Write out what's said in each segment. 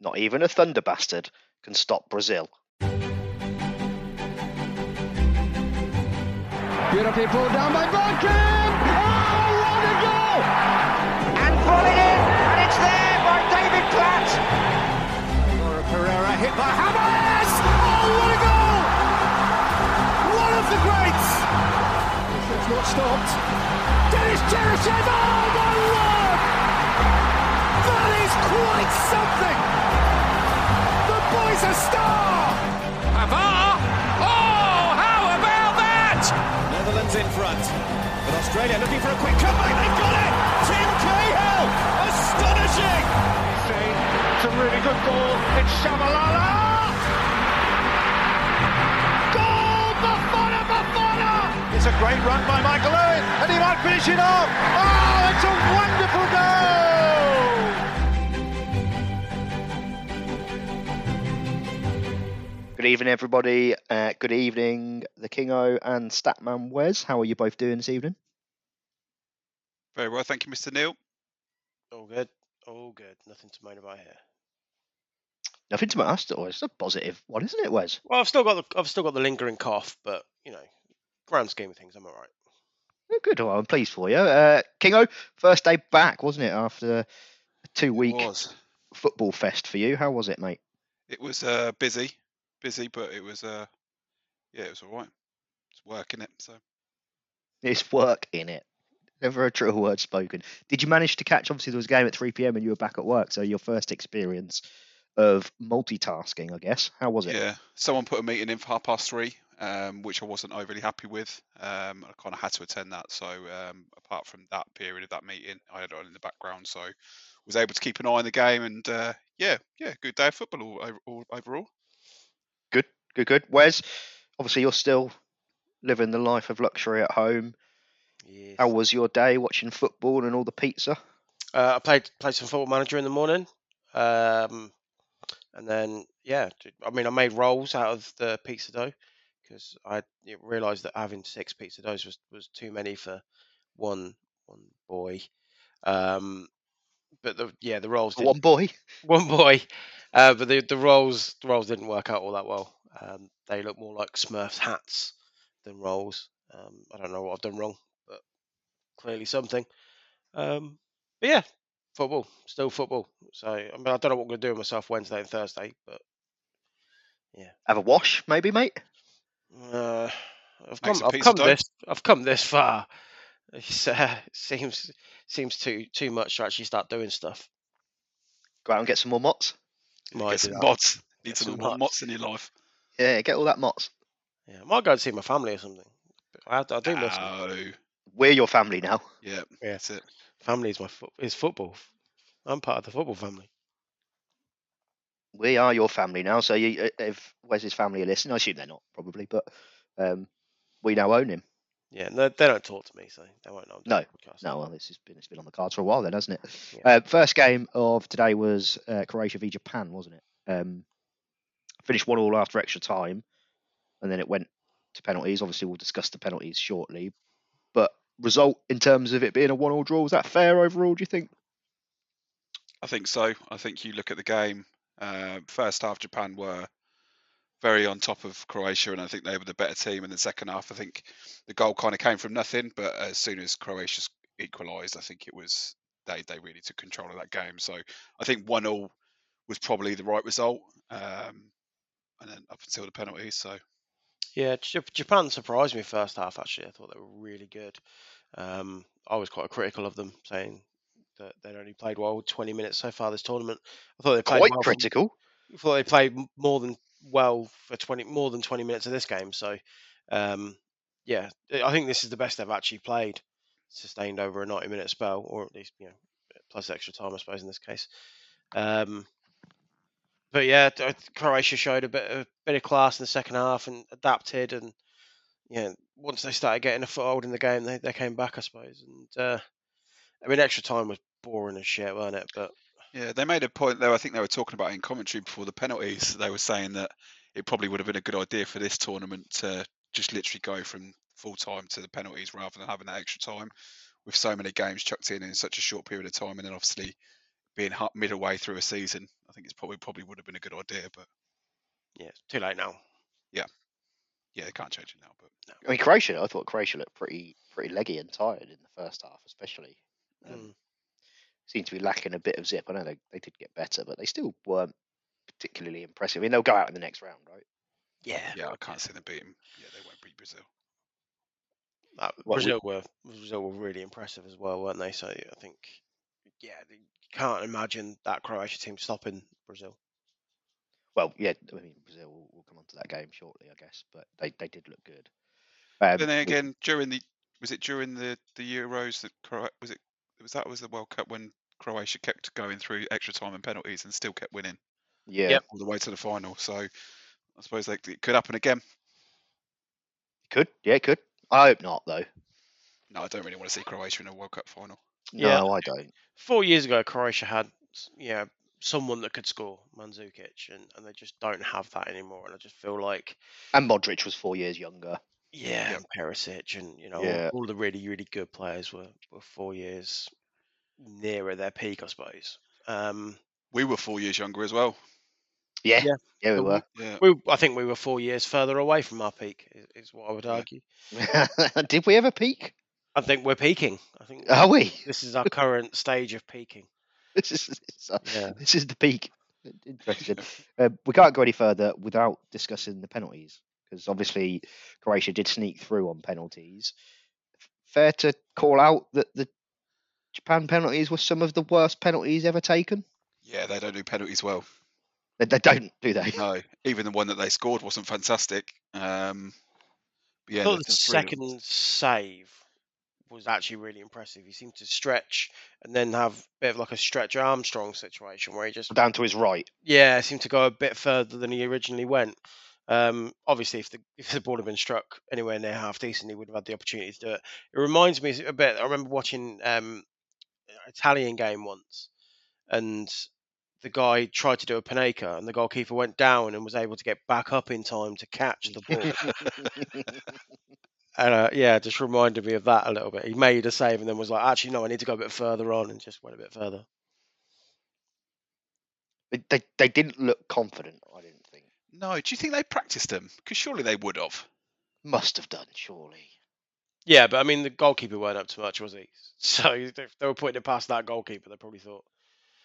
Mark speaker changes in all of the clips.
Speaker 1: Not even a thunder bastard can stop Brazil.
Speaker 2: Beautifully pulled down by Bergkamp! Oh, what a goal!
Speaker 3: And pulling in, and it's there by David Platt!
Speaker 2: Laura Pereira hit by Hamas! Oh, what a goal! One of the greats! It's not stopped. Dennis Cheryshev! Oh, my word! That is quite something! The boy's a star! Havar! Oh, how about that?
Speaker 4: Netherlands in front. But Australia looking for a quick comeback. They've got it! Tim Cahill! Astonishing!
Speaker 3: It's a really good goal. It's Shabalala! Goal! Buffon! Buffon!
Speaker 4: It's a great run by Michael Owen. And he might finish it off. Oh, it's a wonderful goal!
Speaker 1: Good evening, everybody. Uh, good evening, the Kingo and Statman Wes. How are you both doing this evening?
Speaker 5: Very well, thank you, Mr. Neil.
Speaker 6: All good. All good. Nothing to moan about here.
Speaker 1: Nothing to my ass, always a positive one, isn't it, Wes?
Speaker 6: Well, I've still got the I've still got the lingering cough, but you know, grand scheme of things, I'm all right.
Speaker 1: Oh, Good, well, I'm pleased for you. Uh, Kingo, first day back, wasn't it, after a two week
Speaker 5: It was.
Speaker 1: football fest for you? How was it, mate?
Speaker 5: It was uh, busy, busy, but it was uh, yeah, it was all right. It's working it. So
Speaker 1: It's work in it. Never a true word spoken. Did you manage to catch? Obviously, there was a game at 3 pm and you were back at work, so your first experience of multitasking, I guess. How was it?
Speaker 5: yeah, someone put a meeting in for half past three, um, which I wasn't overly happy with. Um, I kind of had to attend that. So um, apart from that period of that meeting, I had it on in the background, so was able to keep an eye on the game. And uh, yeah, yeah, good day of football all, over- all, overall.
Speaker 1: Good, good, good. Wes, obviously, you're still living the life of luxury at home.
Speaker 6: Yes.
Speaker 1: How was your day watching football and all the pizza?
Speaker 6: Uh, I played played some football manager in the morning, um, and then yeah, d- I mean I made rolls out of the pizza dough because I realised that having six pizza doughs was, was too many for one one boy. Um, but the yeah the rolls did
Speaker 1: One boy.
Speaker 6: one boy. Uh, but the the rolls the rolls didn't work out all that well. Um, they look more like Smurfs hats than rolls. Um, I don't know what I've done wrong, but clearly something. Um, but yeah, football, still football. So I mean, I don't know what I'm going to do with myself Wednesday and Thursday, but
Speaker 1: Have a wash, maybe, mate.
Speaker 6: uh, I've
Speaker 5: Make
Speaker 6: come
Speaker 5: some
Speaker 6: I've
Speaker 5: pizza
Speaker 6: come
Speaker 5: dough.
Speaker 6: this I've come this far. It's, uh, seems seems too too much to actually start doing stuff.
Speaker 1: Go out and get some more mots.
Speaker 5: Get
Speaker 6: Might do
Speaker 5: some
Speaker 6: that.
Speaker 5: mods. Need
Speaker 6: Get
Speaker 5: some
Speaker 6: some
Speaker 5: more
Speaker 6: mods.
Speaker 5: mods in your life.
Speaker 1: Yeah, get all that mots.
Speaker 6: Yeah, I might go and see my family or something. I, I do miss them.
Speaker 5: No.
Speaker 1: We're your family now.
Speaker 5: Yeah,
Speaker 6: Yeah.
Speaker 5: that's it.
Speaker 6: family is my fo- is football. I'm part of the football family.
Speaker 1: We are your family now. So you, i- if Wes's family are listening, I assume they're not probably, but um, we now own him.
Speaker 6: Yeah, no, they don't talk to me, so they won't know. I'm doing the podcast.
Speaker 1: No, well, this has been it's been on the cards for a while then, hasn't it?
Speaker 6: Yeah.
Speaker 1: Uh, first game of today was uh, Croatia v Japan, wasn't it? Um, finished one all after extra time, and then it went to penalties. Obviously, we'll discuss the penalties shortly, but result in terms of it being a one all draw was that fair overall? Do you think?
Speaker 5: I think so. I think you look at the game. Uh, first half, Japan were very on top of Croatia, and I think they were the better team. In the second half, I think the goal kind of came from nothing, but as soon as Croatia s- equalised, I think it was they they really took control of that game. So I think one all was probably the right result, um, and then up until the penalties. So
Speaker 6: Yeah, J- Japan surprised me first half. Actually, I thought they were really good. Um, I was quite critical of them, saying that they'd only played well 20 minutes so far this tournament. I thought they played
Speaker 1: Quite
Speaker 6: well for-
Speaker 1: critical.
Speaker 6: I thought they played m- more than well for 20 more than 20 minutes of this game so um yeah I- i think this is the best they've actually played sustained over a 90 minute spell or at least you know plus extra time i suppose in this case um but yeah d- I th- croatia showed a bit a bit of class in the second half and adapted and yeah once they started getting a foothold in the game they, they came back i suppose and uh i mean extra time was boring as shit weren't it but
Speaker 5: Yeah, they made a point though. I think they were talking about it in commentary before the penalties. They were saying that it probably would have been a good idea for this tournament to just literally go from full time to the penalties rather than having that extra time with so many games chucked in in such a short period of time, and then obviously being ha- midway through a season. I think it's probably probably would have been a good idea, but
Speaker 6: Yeah, it's too late now.
Speaker 5: yeah, they can't change it now. But
Speaker 1: I mean, Croatia. I thought Croatia looked pretty pretty leggy and tired in the first half, especially. Um,
Speaker 6: Mm.
Speaker 1: Seemed to be lacking a bit of zip. I know they, they did get better, but they still weren't particularly impressive. I mean, they'll go out in the next round, right?
Speaker 6: Yeah,
Speaker 5: yeah, I can't see them beating. Yeah, they won't beat Brazil.
Speaker 6: that-
Speaker 1: What we-
Speaker 6: Uh, Brazil were Brazil were really impressive as well, weren't they? So I think, yeah, you can't imagine that Croatia team stopping Brazil.
Speaker 1: Well, yeah. I mean, Brazil. We'll, we'll come on to that game shortly, I guess. But they, they did look good. Um,
Speaker 5: Then they
Speaker 1: we-
Speaker 5: again, during the was it during the the Euros that Cro- was it was that was the World Cup when Croatia kept going through extra time and penalties and still kept winning
Speaker 1: Yeah.
Speaker 6: Yep.
Speaker 5: all the way to the final. So I suppose they, it could happen again.
Speaker 1: Could. Yeah. Could. I hope not, though.
Speaker 5: No, I don't really want to see Croatia in a World Cup final.
Speaker 6: Yeah.
Speaker 1: No, I don't.
Speaker 6: Four years ago, Croatia had s- yeah someone that could score, Mandzukic, and, and they just don't have that anymore. And I just feel like
Speaker 1: And Modric was four years younger.
Speaker 6: yeah, and Perisic, and you know all-
Speaker 1: Yeah.
Speaker 6: all, the really really good players were were four years nearer their peak, I suppose. Um,
Speaker 5: We were four years younger as well.
Speaker 1: Yeah.
Speaker 6: Yeah.
Speaker 1: Yeah, we
Speaker 6: But
Speaker 1: were.
Speaker 5: Yeah,
Speaker 6: we, I think we were four years further away from our peak, is, is what I would
Speaker 5: Yeah.
Speaker 6: argue.
Speaker 1: did we ever peak?
Speaker 6: I think we're peaking. I think
Speaker 1: Are we?
Speaker 6: this is our current stage of peaking.
Speaker 1: This is this, is-
Speaker 6: Yeah.
Speaker 1: this is the peak. Interesting. uh, we can't go any further without discussing the penalties because obviously Croatia did sneak through on penalties. Fair to call out that the Japan penalties were some of the worst penalties ever taken.
Speaker 5: yeah, they don't do penalties well.
Speaker 1: They, they don't, do they?
Speaker 5: No, even the one that they scored wasn't fantastic. Um, but yeah,
Speaker 6: I thought
Speaker 5: there's
Speaker 6: the
Speaker 5: just three of them.
Speaker 6: second save was actually really impressive. He seemed to stretch and then have a bit of like a stretch Armstrong situation where he just
Speaker 1: Down to his right.
Speaker 6: yeah seemed to go a bit further than he originally went. Um, obviously, if the if the ball had been struck anywhere near half decent, he would have had the opportunity to do it. It reminds me a bit. I remember watching um, an Italian game once, and the guy tried to do a Panenka, and the goalkeeper went down and was able to get back up in time to catch the ball. And uh, yeah, it just reminded me of that a little bit. He made a save and then was like, actually, no, I need to go a bit further on and just went a bit further.
Speaker 1: They, they, they didn't look confident, I didn't think.
Speaker 5: No, do you think they practiced them? Because surely they would have.
Speaker 1: Must have done, surely.
Speaker 6: Yeah, but I mean, the goalkeeper weren't up to much, was he? So if they were putting it past that goalkeeper. They probably thought,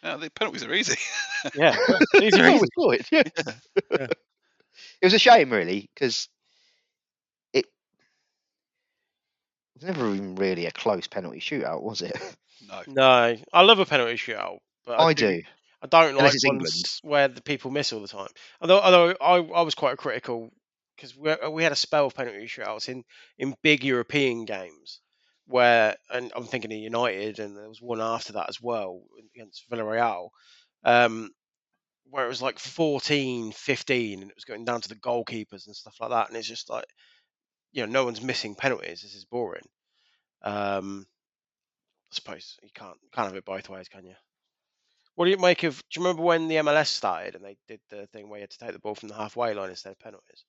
Speaker 5: No, the penalties are easy.
Speaker 6: yeah, these are
Speaker 1: Yeah,
Speaker 6: easy.
Speaker 1: we saw it, yeah.
Speaker 6: Yeah.
Speaker 1: It was a shame, really, because it was never even really a close penalty shootout, was it?
Speaker 5: no,
Speaker 6: No, I love a penalty shootout, but I,
Speaker 1: I do.
Speaker 6: I don't like
Speaker 1: Unless it's England.
Speaker 6: ones where the people miss all the time. Although, although I, I was quite critical because we, we had a spell of penalty shootouts in, in big European games where, and I'm thinking of United, and there was one after that as well against Villarreal, um, where it was like 14, 15, and it was going down to the goalkeepers and stuff like that. And it's just like, you know, no one's missing penalties. This is boring. Um, I suppose you can't can't have it both ways, can you? What do you make of? Do you remember when the MLS started and they did the thing where you had to take the ball from the halfway line instead of penalties?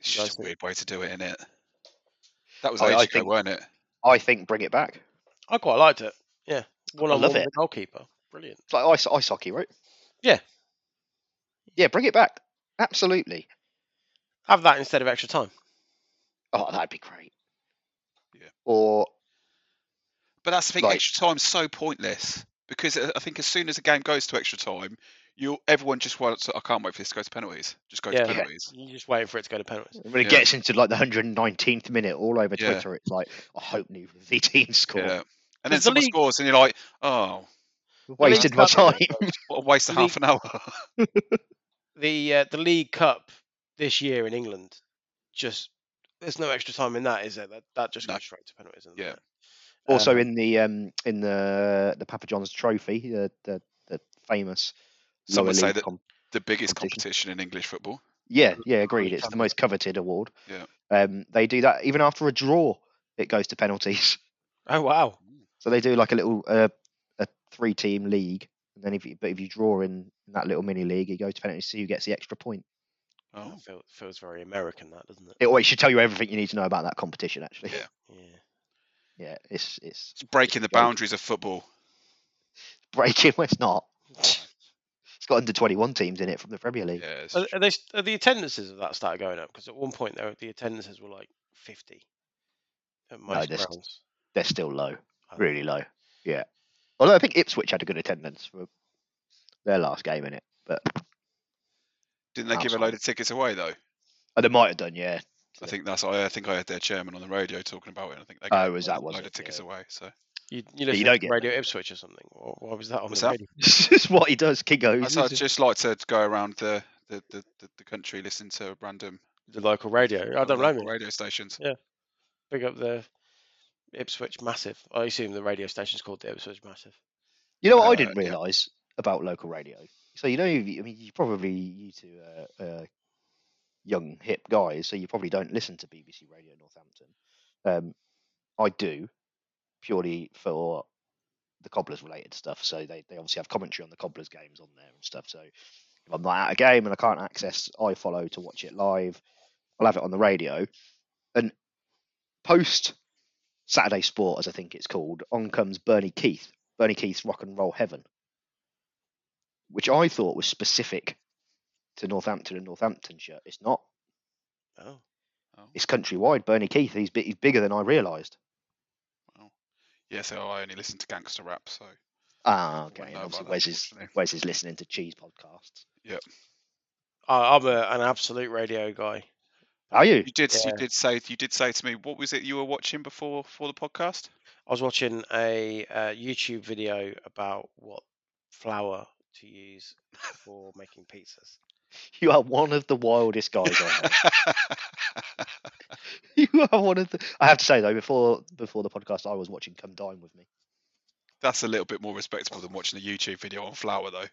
Speaker 5: it's
Speaker 6: guys
Speaker 5: just a
Speaker 6: think-
Speaker 5: weird way to do it, isn't it? That was
Speaker 1: I- I
Speaker 5: ages ago,
Speaker 1: think-
Speaker 5: weren't it?
Speaker 1: I think bring it back.
Speaker 6: I quite liked it. Yeah, one on
Speaker 1: love
Speaker 6: one with
Speaker 1: it.
Speaker 6: the goalkeeper, brilliant.
Speaker 1: It's like ice, ice hockey, right?
Speaker 6: Yeah.
Speaker 1: Yeah, bring it back. Absolutely.
Speaker 6: Have that instead of extra time.
Speaker 1: Oh, that'd be great.
Speaker 5: Yeah.
Speaker 1: Or
Speaker 5: But that's the thing.
Speaker 1: Like-
Speaker 5: extra time's so pointless because uh, I I think as soon as a game goes to extra time, you everyone just wants. I can't wait for this to go to penalties. Just go
Speaker 6: Yeah.
Speaker 5: to
Speaker 6: Yeah.
Speaker 5: penalties.
Speaker 6: You're just waiting for it to go to penalties.
Speaker 1: when it
Speaker 5: Yeah.
Speaker 1: gets into like the 119th minute, all over
Speaker 5: Yeah.
Speaker 1: Twitter, it's like, I hope new V score.
Speaker 5: Yeah. And then
Speaker 6: the
Speaker 5: someone
Speaker 6: league-
Speaker 5: scores, and you're like, "Oh,
Speaker 1: Wasted my
Speaker 6: League's
Speaker 1: time.
Speaker 6: not-
Speaker 5: what a waste of
Speaker 6: The
Speaker 5: half an hour."
Speaker 6: The uh, the League Cup this year in England, just there's no extra time in that, is there? That that just
Speaker 5: No.
Speaker 6: goes straight to penalties. doesn't
Speaker 5: Yeah.
Speaker 6: it?
Speaker 1: Also
Speaker 6: Um,
Speaker 1: in the um in the the Papa John's Trophy, the the, the famous
Speaker 5: Some
Speaker 1: lower
Speaker 5: would say
Speaker 1: league
Speaker 5: that
Speaker 1: com-
Speaker 5: the biggest
Speaker 1: Competition.
Speaker 5: competition in English football.
Speaker 1: Yeah, yeah, agreed. It's the
Speaker 6: coveted.
Speaker 1: most coveted award.
Speaker 5: Yeah.
Speaker 1: Um, they do that even after a draw, it goes to penalties.
Speaker 6: oh wow,
Speaker 1: So they do like a little uh, a three team league, and then if you, but if you draw in that little mini league, it goes to penalties. So who gets the extra point?
Speaker 5: Oh,
Speaker 6: that feel, feels very American, that doesn't it?
Speaker 1: It always should tell you everything you need to know about that competition. Actually,
Speaker 5: Yeah.
Speaker 6: Yeah.
Speaker 1: yeah, it's it's
Speaker 5: it's breaking the
Speaker 1: Yeah.
Speaker 5: boundaries of football.
Speaker 1: breaking. Well, it's not. It's got under 21 teams in it from the Premier League.
Speaker 5: Yeah, it's
Speaker 6: Are,
Speaker 5: tr-
Speaker 6: are they, are the attendances of that started going up? Because at one point, there the attendances were like 50 at most
Speaker 1: they're st-
Speaker 6: grounds.
Speaker 1: They're still low,
Speaker 6: I think.
Speaker 1: really low. Yeah. Although I think Ipswich had a good attendance for their last game in it, but
Speaker 5: didn't they give a load of tickets away though?
Speaker 1: oh, they might have done. Yeah.
Speaker 5: I
Speaker 1: Yeah.
Speaker 5: think that's I, I think I heard their chairman on the radio talking about it. And I think they
Speaker 1: Oh,
Speaker 5: gave
Speaker 1: was
Speaker 5: a
Speaker 1: that was
Speaker 5: load
Speaker 1: it?
Speaker 5: of tickets
Speaker 1: Yeah.
Speaker 5: away. So
Speaker 6: You, you listen
Speaker 1: don't
Speaker 6: to
Speaker 1: get
Speaker 6: Radio Ipswich or something. Why, why was that on
Speaker 5: What's
Speaker 6: the
Speaker 5: that?
Speaker 6: radio?
Speaker 1: It's just what he does. Kingo.
Speaker 5: I'd, I'd just like to go around the the, the, the, the country listening to random
Speaker 6: The local radio. I Oh,
Speaker 1: Oh,
Speaker 6: don't
Speaker 5: local
Speaker 6: know.
Speaker 5: radio stations.
Speaker 6: Pick up the Ipswich Massive. I assume the radio station's called the Ipswich Massive.
Speaker 1: You know what I
Speaker 5: Uh,
Speaker 1: didn't
Speaker 5: yeah.
Speaker 1: realise about local radio. So you know, you- I mean, you probably you two uh, uh, young hip guys, so you probably don't listen to BBC Radio Northampton. Um, I do purely for the cobblers related stuff. So they, they obviously have commentary on the cobblers games on there and stuff. So if I'm not at a game and I can't access iFollow to watch it live, I'll have it on the radio. And post Saturday Sport, as I think it's called, on comes Bernie Keith, Bernie Keith's Rock and Roll Heaven, which I thought was specific to Northampton and Northamptonshire. It's not.
Speaker 6: Oh.
Speaker 1: It's countrywide. Bernie Keith, he's, bi- he's bigger than I realised.
Speaker 5: Yeah, so I only listen to gangster rap. So
Speaker 1: Ah, okay.
Speaker 5: Wouldn't
Speaker 1: And
Speaker 5: know
Speaker 1: obviously,
Speaker 5: about that,
Speaker 1: Wes is,
Speaker 5: unfortunately.
Speaker 1: Wes is listening to cheese podcasts.
Speaker 6: I, I'm a, an absolute radio guy.
Speaker 1: Are you?
Speaker 5: you did
Speaker 6: Yeah.
Speaker 5: you did say you did say to me what was it you were watching before for the podcast?
Speaker 6: I was watching a uh, YouTube video about what flour to use for making pizzas.
Speaker 1: You are one of the wildest guys I know. You are one of the. I have to say though, before before the podcast, I was watching "Come Dine with Me."
Speaker 5: That's a little bit more respectable than watching a YouTube video on flour, though.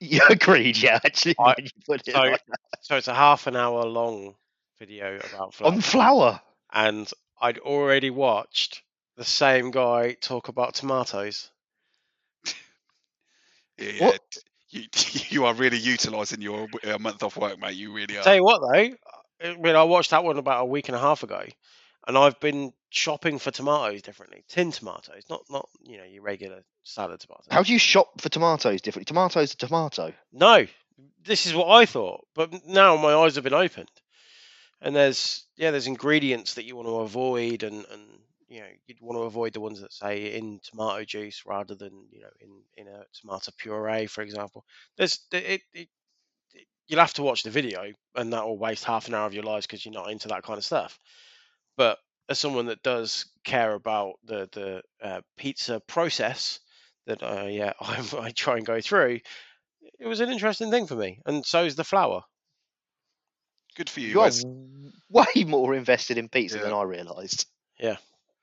Speaker 1: Yeah, agreed. Yeah, actually,
Speaker 6: I-
Speaker 1: when you put it
Speaker 6: so-
Speaker 1: like that.
Speaker 6: So it's a half an hour long video about flour.
Speaker 1: on flour.
Speaker 6: and I'd already watched the same guy talk about tomatoes.
Speaker 5: Yeah, yeah.
Speaker 1: What?
Speaker 5: You, you are really utilising your w- uh, month off work, mate. You really are.
Speaker 6: Tell you what, though, I mean, I watched that one about a week and a half ago, and I've been shopping for tomatoes differently, tin tomatoes, not not you know your regular salad tomatoes.
Speaker 1: How do you shop for tomatoes differently? Tomatoes to tomato.
Speaker 6: No, this is what I thought, but now my eyes have been opened, and there's yeah, there's ingredients that you want to avoid, and and you know you'd want to avoid the ones that say in tomato juice rather than you know in in a tomato puree, for example. There's it. it, it You'll have to watch the video, and that will waste half an hour of your lives because you're not into that kind of stuff. But as someone that does care about the the uh, pizza process that uh, yeah I, I try and go through, it was an interesting thing for me, and so is the flour.
Speaker 5: Good for you.
Speaker 1: You are
Speaker 5: Wes.
Speaker 1: w- way more invested in pizza
Speaker 5: Yeah.
Speaker 1: than I realised.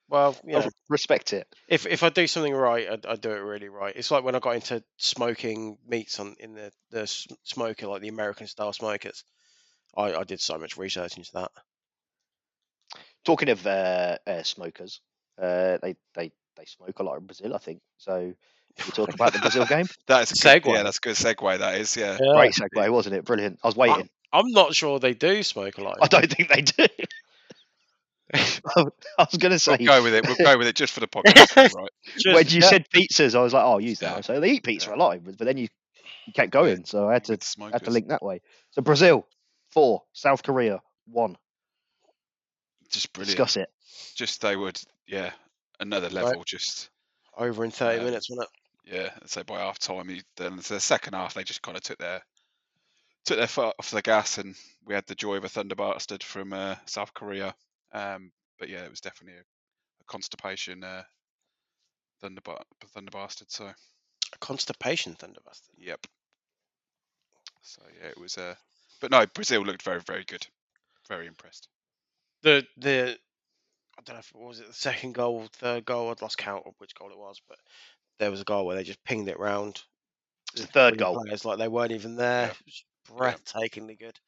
Speaker 6: Well, you
Speaker 1: I
Speaker 6: know,
Speaker 1: re- respect it.
Speaker 6: if if I do something right, I, I do it really right. It's like when I got into smoking meats on in the the s- smoker, like the American style smokers. I, I did so much research into that.
Speaker 1: Talking of uh, uh, smokers, uh, they they they smoke a lot in Brazil, I think. So we talk about the Brazil game.
Speaker 5: That is a good,
Speaker 6: Segue.
Speaker 5: Yeah, that's a good segue. That is. Yeah.
Speaker 1: Great segue, wasn't it? Brilliant.
Speaker 5: Oh.
Speaker 1: I was waiting.
Speaker 6: I'm not sure they do smoke a lot.
Speaker 1: I don't think they do. I was going to say,
Speaker 5: We'll go with it. We'll go with it just for the podcast, right?
Speaker 6: Just-
Speaker 1: when you
Speaker 6: yeah,
Speaker 1: said pizzas, I was like, oh, you
Speaker 5: Yeah.
Speaker 1: know. So they eat pizza a lot, in Bra- but then you, you kept going. So I had to had
Speaker 5: With
Speaker 1: to
Speaker 5: smokers.
Speaker 1: link that way. So Brazil four, South Korea one.
Speaker 5: Just brilliant.
Speaker 1: Discuss it.
Speaker 5: Just they would. Yeah. Another
Speaker 6: Right.
Speaker 5: level. Just.
Speaker 6: over in 30
Speaker 5: Yeah.
Speaker 6: minutes, wasn't
Speaker 5: Yeah. So by half time, you, then the second half, they just kind of took their took their foot off the gas, and we had the joy of a thunder bastard from uh, South Korea. Um, but yeah, it was definitely a, a constipation uh, thunder ba- thunder bastard. So
Speaker 6: it? A constipation thunderbastard.
Speaker 5: yep. So yeah, it was. Uh, but no, Brazil looked very very good. Very impressed.
Speaker 6: The the I don't know if what was it the second goal, third goal. I'd lost count of which goal it was, but there was a goal where they just pinged it round.
Speaker 1: It's the third
Speaker 6: three
Speaker 1: goal.
Speaker 6: Players like they weren't even there.
Speaker 5: Yeah.
Speaker 6: It was breathtakingly good.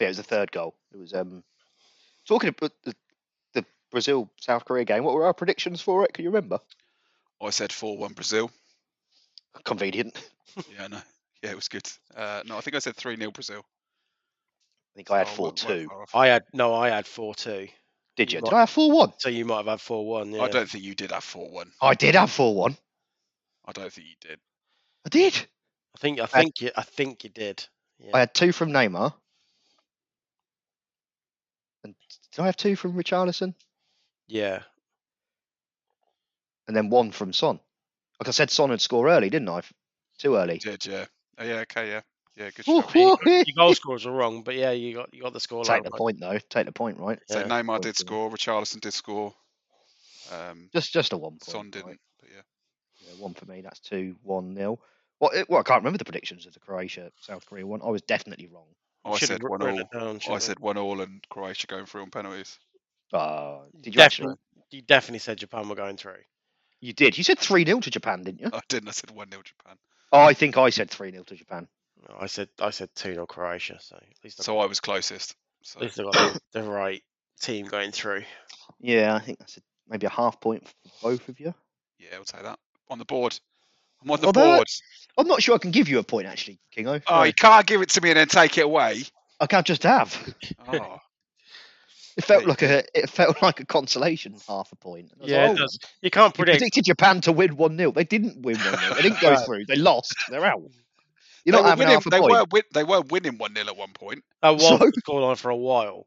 Speaker 1: Yeah, it was the third goal. It was um talking about the, the Brazil South Korea game. What were our predictions for it? Can you remember?
Speaker 5: I said four one Brazil.
Speaker 1: Convenient. I
Speaker 5: Yeah, no. Yeah, it was good. Uh, no, I think I said 3 0 Brazil.
Speaker 1: think I had
Speaker 5: So
Speaker 1: four
Speaker 5: weren't- weren't
Speaker 1: two.
Speaker 5: far off.
Speaker 6: I had no, I had four two.
Speaker 1: Did you?
Speaker 6: Right.
Speaker 1: Did I have four one?
Speaker 6: So you might have had four one. Yeah.
Speaker 5: I don't think you did have 4 1.
Speaker 1: I did have four one.
Speaker 5: I don't think you did.
Speaker 1: I did.
Speaker 6: I think I think you I think you did.
Speaker 1: I had two from Neymar. And did I have two from Richarlison?
Speaker 6: Yeah.
Speaker 1: And then one from Son. Like I said, Son would score early, didn't I? Too early.
Speaker 5: You did, yeah. Oh, yeah, okay, yeah. Yeah, good
Speaker 1: Woo,
Speaker 5: shot.
Speaker 1: woo,
Speaker 6: Your goal scorers are wrong, but yeah, you got you got the score
Speaker 1: Take
Speaker 6: line.
Speaker 1: the
Speaker 6: right.
Speaker 1: point though. Take the point, right?
Speaker 5: So
Speaker 6: Yeah.
Speaker 5: Neymar
Speaker 1: Point
Speaker 5: did
Speaker 1: for me.
Speaker 5: score, Richarlison did score. Um,
Speaker 1: Just just a one point.
Speaker 5: Son
Speaker 1: right?
Speaker 5: didn't, but yeah.
Speaker 1: Yeah, one for me. That's two one nil. Well, it, well, I can't remember the predictions of the Croatia South Korea one. I was definitely wrong.
Speaker 5: Oh, I
Speaker 6: Should've
Speaker 5: said
Speaker 6: wr-
Speaker 5: one
Speaker 6: written
Speaker 5: all.
Speaker 6: it down,
Speaker 5: I
Speaker 6: shouldn't
Speaker 5: said one all, and Croatia going through on penalties.
Speaker 1: Uh, did you
Speaker 6: definitely,
Speaker 1: actually?
Speaker 6: you definitely said Japan were going through.
Speaker 1: You did. You said three 0 to Japan, didn't you?
Speaker 5: I didn't. I said one nil Japan.
Speaker 1: Oh, I think I said three 0 to Japan.
Speaker 6: No, I said I said two 0 Croatia, so at least I,
Speaker 5: So I was closest. So
Speaker 6: at least I got the, the right team going through.
Speaker 1: Yeah, I think that's a, maybe a half point for both of you.
Speaker 5: yeah, we'll take that on the board. I'm on the
Speaker 1: Although-
Speaker 5: board.
Speaker 1: I'm not sure I can give you a point actually, Kingo.
Speaker 5: Oh,
Speaker 1: I,
Speaker 5: you can't give it to me and then take it away.
Speaker 1: I can't just have.
Speaker 5: Oh,
Speaker 1: It felt
Speaker 5: There
Speaker 1: like a it felt like a consolation half a point. And I was
Speaker 6: Yeah,
Speaker 1: like,
Speaker 6: it
Speaker 1: oh,
Speaker 6: does. You can't
Speaker 1: you
Speaker 6: predict.
Speaker 1: predicted Japan to win one 0 They didn't win one 0 They didn't go
Speaker 6: Right.
Speaker 1: through. They lost. They're out. You're
Speaker 5: they
Speaker 1: not
Speaker 5: were
Speaker 1: having
Speaker 5: winning.
Speaker 1: half a
Speaker 5: They
Speaker 1: point.
Speaker 5: were win, They were winning one 0 at one point.
Speaker 6: That was
Speaker 1: So-
Speaker 6: the scoreline for a while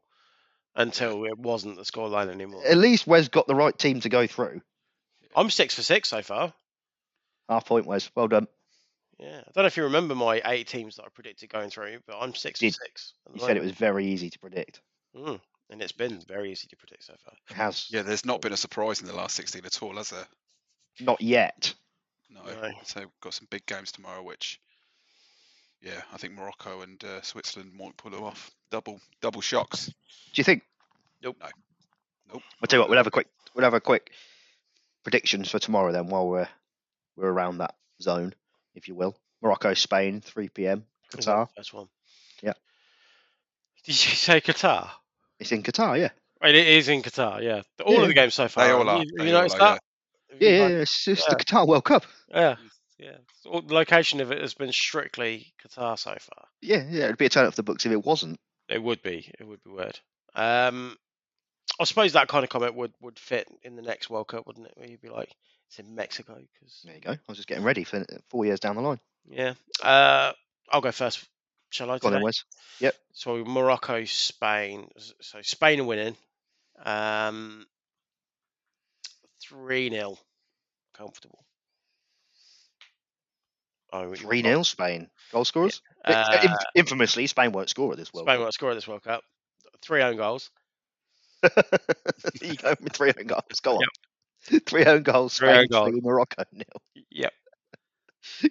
Speaker 6: until it wasn't the scoreline anymore.
Speaker 1: At least Wes got the right team to go through.
Speaker 6: I'm six for six so far.
Speaker 1: Half point, Wes. Well done.
Speaker 6: Yeah, I don't know if you remember my eight teams that I predicted going through, but I'm six
Speaker 1: Did-
Speaker 6: for six. at the
Speaker 1: You said it
Speaker 6: moment.
Speaker 1: was very easy to predict.
Speaker 6: Mm. and it's been very easy to predict so far.
Speaker 1: It has
Speaker 5: Yeah, there's not been a surprise in the last 16 at all, has there?
Speaker 1: not yet.
Speaker 5: No.
Speaker 6: No.
Speaker 5: So we've got some big games tomorrow, which, yeah, I think Morocco and uh, Switzerland might pull them off. Double double shocks.
Speaker 1: Do you think?
Speaker 5: Nope.
Speaker 1: I'll tell you what. We'll have a quick. We'll have a quick predictions for tomorrow then, while we're we're around that zone, if you will. Morocco, Spain, 3 p.m.
Speaker 6: Is that
Speaker 1: Qatar.
Speaker 6: the first one.
Speaker 1: Yeah.
Speaker 6: Did you say Qatar?
Speaker 1: It's in Qatar, yeah.
Speaker 6: Right, it is in Qatar. Yeah, all of
Speaker 1: Yeah.
Speaker 6: the games so far.
Speaker 5: They
Speaker 6: have
Speaker 5: all are.
Speaker 6: You, have
Speaker 5: They
Speaker 6: you
Speaker 5: all
Speaker 6: noticed
Speaker 5: are,
Speaker 6: that? Have you
Speaker 1: Yeah, yeah,
Speaker 6: noticed-
Speaker 1: yeah, it's, it's the Qatar World Cup.
Speaker 6: yeah, yeah. It's all- the location of it has been strictly Qatar so far.
Speaker 1: Yeah, yeah, it'd be a turn up the books if it wasn't.
Speaker 6: It would be. It would be weird. Um, I suppose that kind of comment would, would fit in the next World Cup, wouldn't it? Where you'd be like, it's in Mexico. Cause,
Speaker 1: There you go. I was just getting ready for four years down the line.
Speaker 6: yeah. Uh, I'll go first. Shall I?
Speaker 1: Go on
Speaker 6: today?
Speaker 1: then, Wes.
Speaker 6: So Morocco, Spain. S- So Spain are winning. Um, three 0 comfortable. Oh, I would-
Speaker 1: 3 0 Spain. Goal scorers?
Speaker 6: Uh,
Speaker 1: Inf- infamously, Spain won't score at this World
Speaker 6: Spain won't score at this World Cup. Three own goals.
Speaker 1: Cup. there you go. with Three own goals. Go on. Three own goals.
Speaker 6: Three
Speaker 1: Spain,
Speaker 6: own goals.
Speaker 1: three, Morocco nil.
Speaker 6: Yep.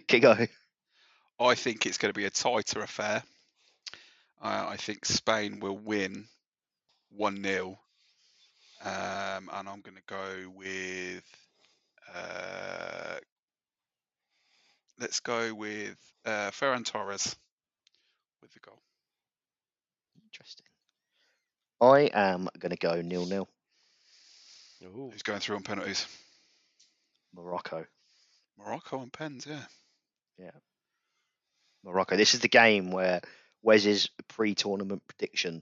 Speaker 1: Kingo.
Speaker 5: I think it's going to be a tighter affair. Uh, I think Spain will win 1 0. Um, and I'm going to go with. Uh, let's go with uh, Ferran Torres with the goal.
Speaker 1: Interesting. I am going to go nil nil.
Speaker 6: Ooh.
Speaker 5: Who's going through on penalties?
Speaker 1: Morocco.
Speaker 5: Morocco and pens, yeah.
Speaker 1: Morocco. This is the game where Wes's pre tournament prediction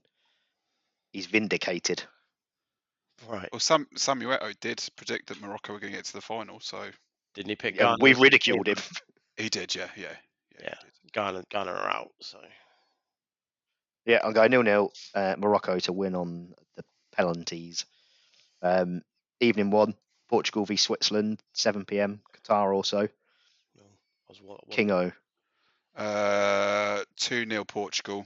Speaker 1: is vindicated.
Speaker 6: Right.
Speaker 5: Well, Sam Samueto did predict that Morocco were going to get to the final, so
Speaker 6: Didn't he pick
Speaker 1: Yeah,
Speaker 6: Ghana?
Speaker 1: we've ridiculed him.
Speaker 5: he did. Yeah, yeah, yeah. he
Speaker 6: Yeah.
Speaker 5: did.
Speaker 6: Ghana, Ghana are out. So
Speaker 1: Yeah, I'll go nil nil. Uh, Morocco to win on the penalties. Um, evening one, Portugal v Switzerland, 7 p.m. Qatar also.
Speaker 6: no, I was what,
Speaker 1: Kingo.
Speaker 5: Uh, two 0 Portugal.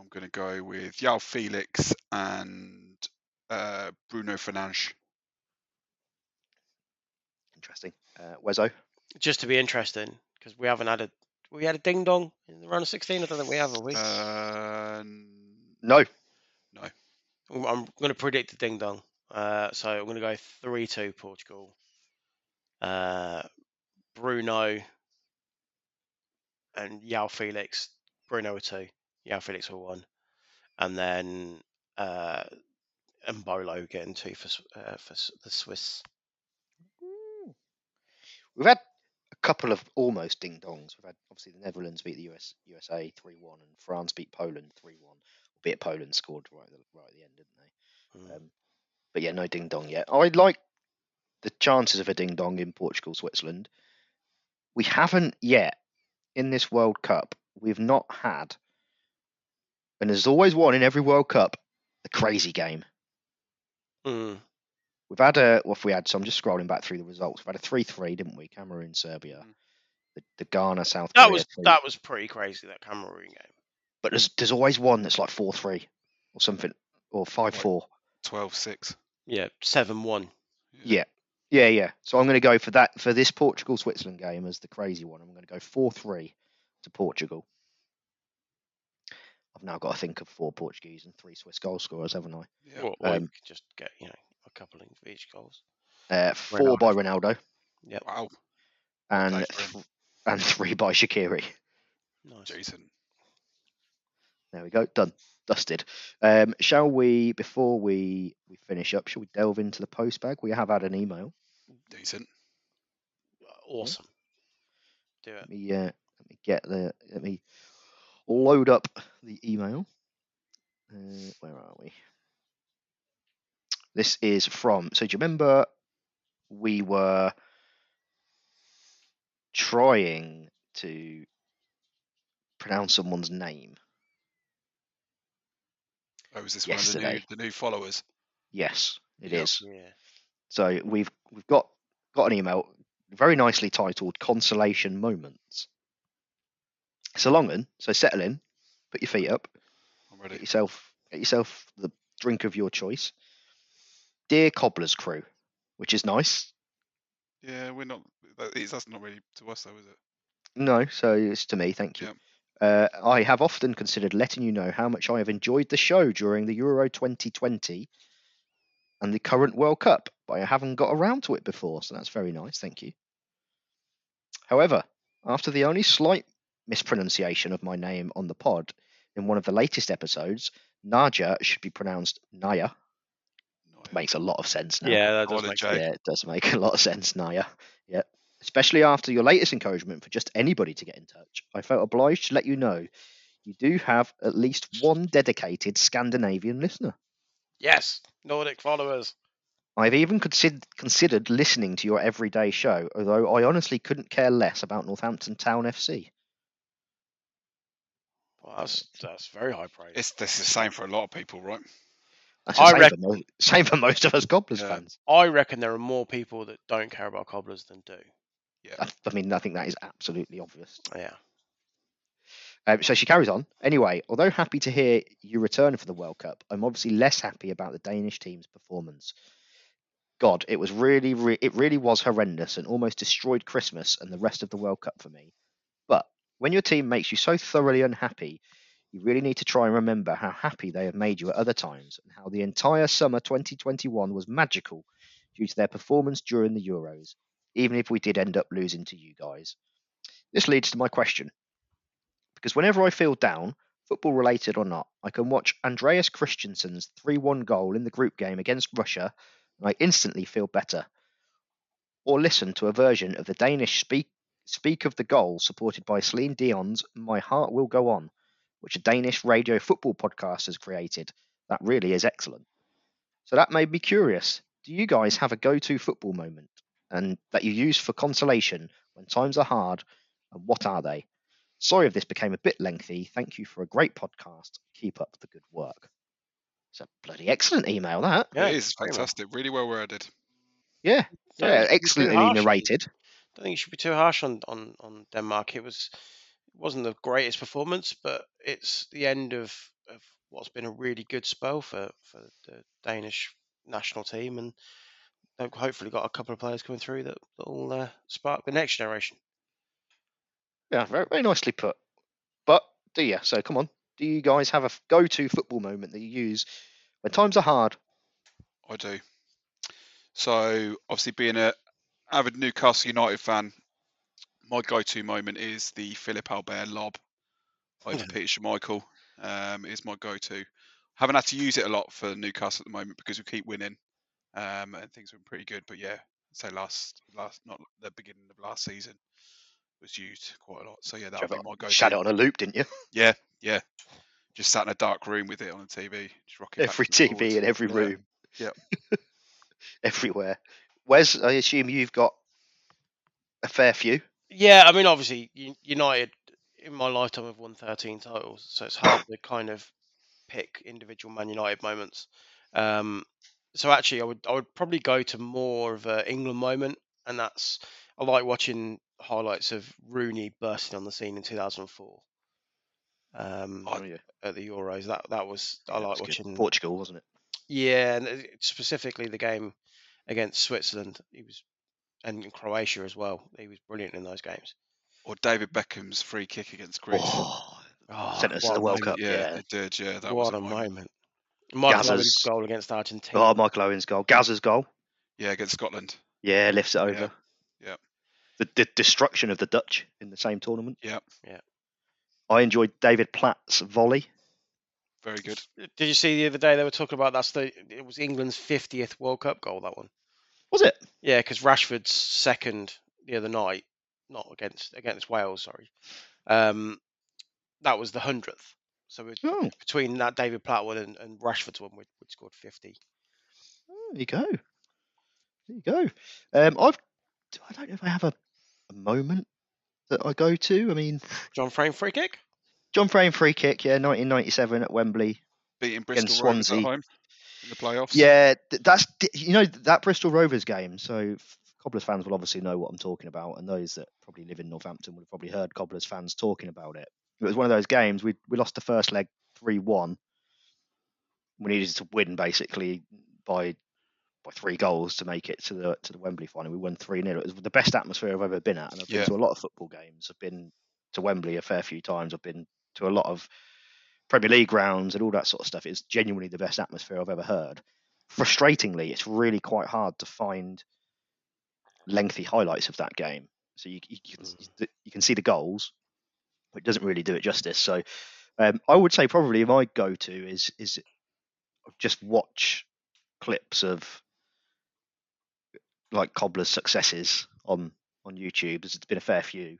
Speaker 5: I'm going to go with Yao Felix and uh, Bruno Fernandes.
Speaker 1: Interesting. Uh, Wezzo.
Speaker 6: just to be interesting because we haven't had a we had a ding dong in the round of sixteen. I don't think we have. Have we?
Speaker 5: Uh, n-
Speaker 1: No.
Speaker 6: I'm- I'm going to predict a ding dong. Uh, so I'm going to go three two Portugal. Uh, Bruno and Yao Felix. Bruno with two. Yao Felix with one, and then uh, Mbolo getting two for S- uh, for S- the Swiss.
Speaker 1: We've had a couple of almost ding dongs. We've had obviously the Netherlands beat the US USA three one and France beat Poland three one. Albeit Poland scored right at the, right at the end, didn't they?
Speaker 6: Mm.
Speaker 1: Um, but yeah, no ding dong yet. I like the chances of a ding dong in Portugal, Switzerland. We haven't yet in this World Cup. We've not had, and there's always one in every World Cup, the crazy game.
Speaker 6: Mm.
Speaker 1: We've had a well, if we had so I'm just scrolling back through the results. We've had a three three, didn't we? Cameroon, Serbia,
Speaker 5: Mm.
Speaker 1: the, the Ghana, South
Speaker 6: That
Speaker 1: Korea
Speaker 6: was
Speaker 1: three-
Speaker 6: that was pretty crazy. That Cameroon game.
Speaker 1: But there's there's always one that's like four three or something or five four.
Speaker 5: 12 6.
Speaker 6: Yeah, seven one.
Speaker 1: Yeah. Yeah, yeah. So I'm going to go for that for this Portugal Switzerland game as the crazy one. I'm going to go 4 3 to Portugal. I've now got to think of four Portuguese and three Swiss goal scorers, haven't I?
Speaker 5: Yeah.
Speaker 6: Or, or you
Speaker 1: Um,
Speaker 6: could just get you know a couple of each goals.
Speaker 1: Uh, four by Ronaldo
Speaker 5: Wow.
Speaker 1: and
Speaker 5: for him.
Speaker 1: th- and three by Shakiri.
Speaker 6: Nice.
Speaker 5: Jason.
Speaker 1: There we go. Done. Dusted. Um, shall we, before we, we finish up, shall we delve into the post bag? We have had an email.
Speaker 5: Decent.
Speaker 6: Awesome.
Speaker 5: Mm-hmm.
Speaker 6: Do it.
Speaker 1: Let me, uh, let me get the, let me load up the email. Uh, where are we? This is from. So do you remember we were trying to pronounce someone's name?
Speaker 5: Oh, is this one of the new,
Speaker 1: Yesterday.
Speaker 5: the new followers?
Speaker 1: Yes, it is.
Speaker 5: Yep.
Speaker 6: Yeah.
Speaker 1: So we've we've got got an email very nicely titled "Consolation Moments." It's a long one, so settle in, put your feet up,
Speaker 5: I'm
Speaker 1: get
Speaker 5: ready.
Speaker 1: yourself get yourself the drink of your choice. Dear Cobbler's Crew, which is nice.
Speaker 5: Yeah, we're not. that- It's, that's not really to us, though, is it?
Speaker 1: No, so it's to me, thank you.
Speaker 5: Yep.
Speaker 1: Uh, I have often considered letting you know how much I have enjoyed the show during the Euro 2020 and the current World Cup, but I haven't got around to it before, so that's very nice, thank you. However, after the only slight mispronunciation of my name on the pod in one of the latest episodes, Naja should be pronounced Naya.
Speaker 5: No,
Speaker 1: Makes a lot of sense now.
Speaker 6: Yeah, that
Speaker 5: What
Speaker 6: does
Speaker 5: a
Speaker 6: make
Speaker 5: joke.
Speaker 1: Yeah, it does make a lot of sense, Naya. Yeah. Especially after your latest encouragement for just anybody to get in touch, I felt obliged to let you know you do have at least one dedicated Scandinavian listener.
Speaker 6: Yes, Nordic followers.
Speaker 1: I've even considered considered listening to your everyday show, although I honestly couldn't care less about Northampton Town FC.
Speaker 6: Well, that's that's very high praise.
Speaker 5: It's this is the same for a lot of people, right?
Speaker 1: That's the
Speaker 6: I
Speaker 1: same,
Speaker 6: reckon-
Speaker 1: for most, same for most of us Gobblers
Speaker 5: Yeah.
Speaker 1: fans.
Speaker 6: I reckon there are more people that don't care about cobblers than do.
Speaker 5: Yeah.
Speaker 1: I, I mean, I think that is absolutely obvious.
Speaker 6: Yeah.
Speaker 1: Um, so she carries on. Anyway, although happy to hear you return for the World Cup, I'm obviously less happy about the Danish team's performance. God, it was really, re- it really was horrendous and almost destroyed Christmas and the rest of the World Cup for me. But when your team makes you so thoroughly unhappy, you really need to try and remember how happy they have made you at other times and how the entire summer 2021 was magical due to their performance during the Euros, even if we did end up losing to you guys. This leads to my question because whenever I feel down, football related or not, I can watch Andreas Christensen's 3 1 goal in the group game against Russia and I instantly feel better. Or listen to a version of the Danish speak, speak of the goal supported by Celine Dion's My Heart Will Go On, which a Danish radio football podcast has created. That really is excellent. So that made me curious. Do you guys have a go to football moment and that you use for consolation when times are hard? And what are they? Sorry if this became a bit lengthy. Thank you for a great podcast. Keep up the good work. It's a bloody excellent email, that.
Speaker 6: Yeah,
Speaker 5: it is
Speaker 6: pretty much.
Speaker 5: fantastic. Really well worded.
Speaker 1: Yeah.
Speaker 6: Yeah,
Speaker 1: yeah,
Speaker 6: it's too
Speaker 1: excellently
Speaker 6: harsh on-
Speaker 1: narrated.
Speaker 6: don't think you should be too harsh on, on, on Denmark. It was it wasn't the greatest performance, but it's the end of, of what's been a really good spell for, for the Danish national team, and they've hopefully got a couple of players coming through that will uh, spark the next generation.
Speaker 1: Yeah, very, very nicely put. But do you? So come on. Do you guys have a f- go-to football moment that you use when times are hard?
Speaker 5: I do. So obviously, being a avid Newcastle United fan, my go-to moment is the Philip Albert lob over Peter Schmeichel. Um, is my go-to. Haven't had to use it a lot for Newcastle at the moment because we keep winning, um, and things have been pretty good. But yeah, so last last not the beginning of last season was used quite a lot. So yeah, that would
Speaker 1: Trevor,
Speaker 5: be my go-to.
Speaker 1: Shut it on a loop, didn't you?
Speaker 5: Just sat in a dark room with it on the TV, just rocking
Speaker 1: Every
Speaker 5: backwards and
Speaker 1: TV in
Speaker 5: forwards.
Speaker 1: every
Speaker 5: Yeah.
Speaker 1: room.
Speaker 5: Yep.
Speaker 1: Everywhere. Wes, I assume you've got a fair few.
Speaker 6: Yeah, I mean, obviously, U- United in my lifetime have won 13 titles, so it's hard to kind of pick individual Man United moments. Um, so actually, I would I would probably go to more of a England moment, and that's I like watching highlights of Rooney bursting on the scene in 2004 um,
Speaker 1: Oh, yeah.
Speaker 6: at the Euros. That that was I
Speaker 1: Yeah, that's
Speaker 6: like
Speaker 1: good.
Speaker 6: watching.
Speaker 1: Portugal, wasn't it?
Speaker 6: Yeah, and it- specifically the game against Switzerland. He was, and Croatia as well. He was brilliant in those games.
Speaker 5: Or David Beckham's free kick against Greece.
Speaker 1: Oh,
Speaker 6: Oh,
Speaker 1: sent us
Speaker 6: what
Speaker 1: to the
Speaker 6: a
Speaker 1: World
Speaker 6: moment.
Speaker 1: Cup.
Speaker 5: yeah,
Speaker 1: Yeah.
Speaker 5: it did. Yeah, that was
Speaker 6: What
Speaker 5: a
Speaker 6: a
Speaker 5: moment.
Speaker 6: moment! Michael Owen's
Speaker 1: Gazzers.
Speaker 6: goal against Argentina.
Speaker 1: Oh, Michael Owen's goal. Gaza's goal.
Speaker 5: Yeah, against Scotland.
Speaker 1: Yeah, lifts it over.
Speaker 5: yeah.
Speaker 1: The, the destruction of the Dutch in the same tournament.
Speaker 5: Yeah.
Speaker 6: Yeah.
Speaker 1: I enjoyed David Platt's volley.
Speaker 5: Very good.
Speaker 6: Did you see the other day they were talking about that's the it was England's 50th World Cup goal that one.
Speaker 1: Was it?
Speaker 6: Yeah, because Rashford's second the other night, not against against Wales, sorry. Um, that was the hundredth. So it,
Speaker 1: Oh,
Speaker 6: between that David Platt one and, and Rashford's one, we we scored 50.
Speaker 1: Oh, there you go. There you go. Um, I've. I don't know if I have a, a moment that I go to. I mean,
Speaker 6: John Frame free kick.
Speaker 1: John Frame free kick. Yeah, 1997 at Wembley.
Speaker 5: Beating Bristol Rovers at
Speaker 1: Swansea.
Speaker 5: home in the playoffs.
Speaker 1: Yeah, th- that's di- you know that Bristol Rovers game. So f- Cobblers fans will obviously know what I'm talking about, and those that probably live in Northampton would have probably heard Cobblers fans talking about it. It was one of those games. We we lost the first leg three one. We needed to win basically by by three goals to make it to the to the Wembley final. We won three 0 It was the best atmosphere I've ever been at, and I've
Speaker 5: Yeah.
Speaker 1: been to a lot of football games. I've been to Wembley a fair few times. I've been to a lot of Premier League grounds and all that sort of stuff. It's genuinely the best atmosphere I've ever heard. Frustratingly, it's really quite hard to find lengthy highlights of that game. So you you, can- you can see the goals, but it doesn't really do it justice. So um, I would say probably my go-to is is just watch clips of like Cobbler's successes on on YouTube. There's been a fair few,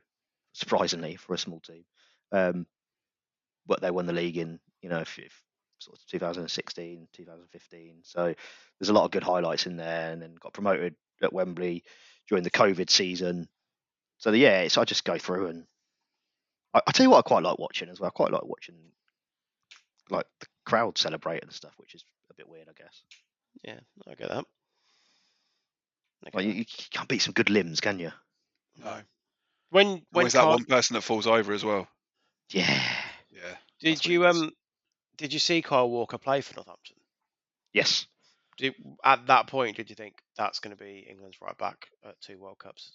Speaker 1: surprisingly, for a small team. Um, but they won the league in you know if, if sort of 2016, 2015. So there's a lot of good highlights in there, and then got promoted at Wembley during the COVID season. So yeah, it's I just go through and I, I tell you what I quite like watching as well. I quite like watching like the crowd celebrate and stuff, which is a bit weird, I guess.
Speaker 6: Yeah, I get that. Okay.
Speaker 1: Like you, you can't beat some good limbs, can you?
Speaker 5: No.
Speaker 6: when when
Speaker 5: Always Oh, that
Speaker 6: Car-
Speaker 5: one person that falls over as well.
Speaker 1: Yeah.
Speaker 5: Yeah.
Speaker 6: did
Speaker 5: that's what it
Speaker 6: you
Speaker 5: is.
Speaker 6: um did you see Kyle Walker play for Northampton?
Speaker 1: Yes.
Speaker 6: Did, at that point, did you think that's going to be England's right back at two World Cups?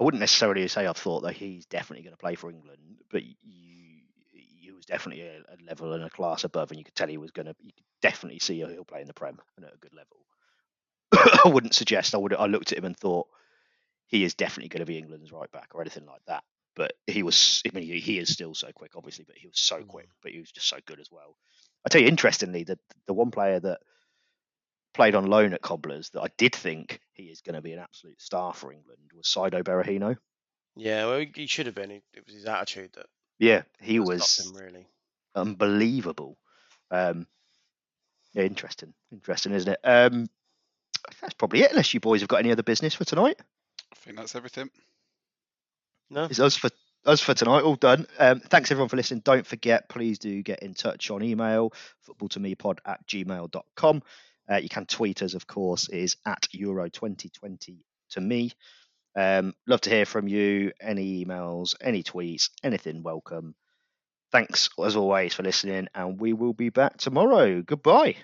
Speaker 1: I wouldn't necessarily say I thought that he's definitely going to play for England, but you, he was definitely a, a level and a class above, and you could tell he was going to. You could definitely see he'll play in the Prem and at a good level. I wouldn't suggest. I would. I looked at him and thought he is definitely going to be England's right back or anything like that. But he was. I mean, he, he is still so quick, obviously, but he was so quick. But he was just so good as well. I tell you, interestingly, that the one player that played on loan at Cobblers that I did think he is going to be an absolute star for England was Sido Berahino.
Speaker 6: Yeah, well, he- he should have been. It it was his attitude that
Speaker 1: Yeah, he
Speaker 6: that
Speaker 1: was
Speaker 6: stopped him, really.
Speaker 1: unbelievable. Um, yeah, interesting, interesting, isn't it? Um, that's probably it. Unless you boys have got any other business for tonight,
Speaker 5: I think that's everything.
Speaker 6: No,
Speaker 1: it's us for us for tonight. All done. Um, thanks everyone for listening. Don't forget, please do get in touch on email footballtomepod at gmail.com. Uh, you can tweet us, of course, it is at Euro 2020 to me. Um, love to hear from you. Any emails, any tweets, anything welcome. Thanks as always for listening, and we will be back tomorrow. Goodbye.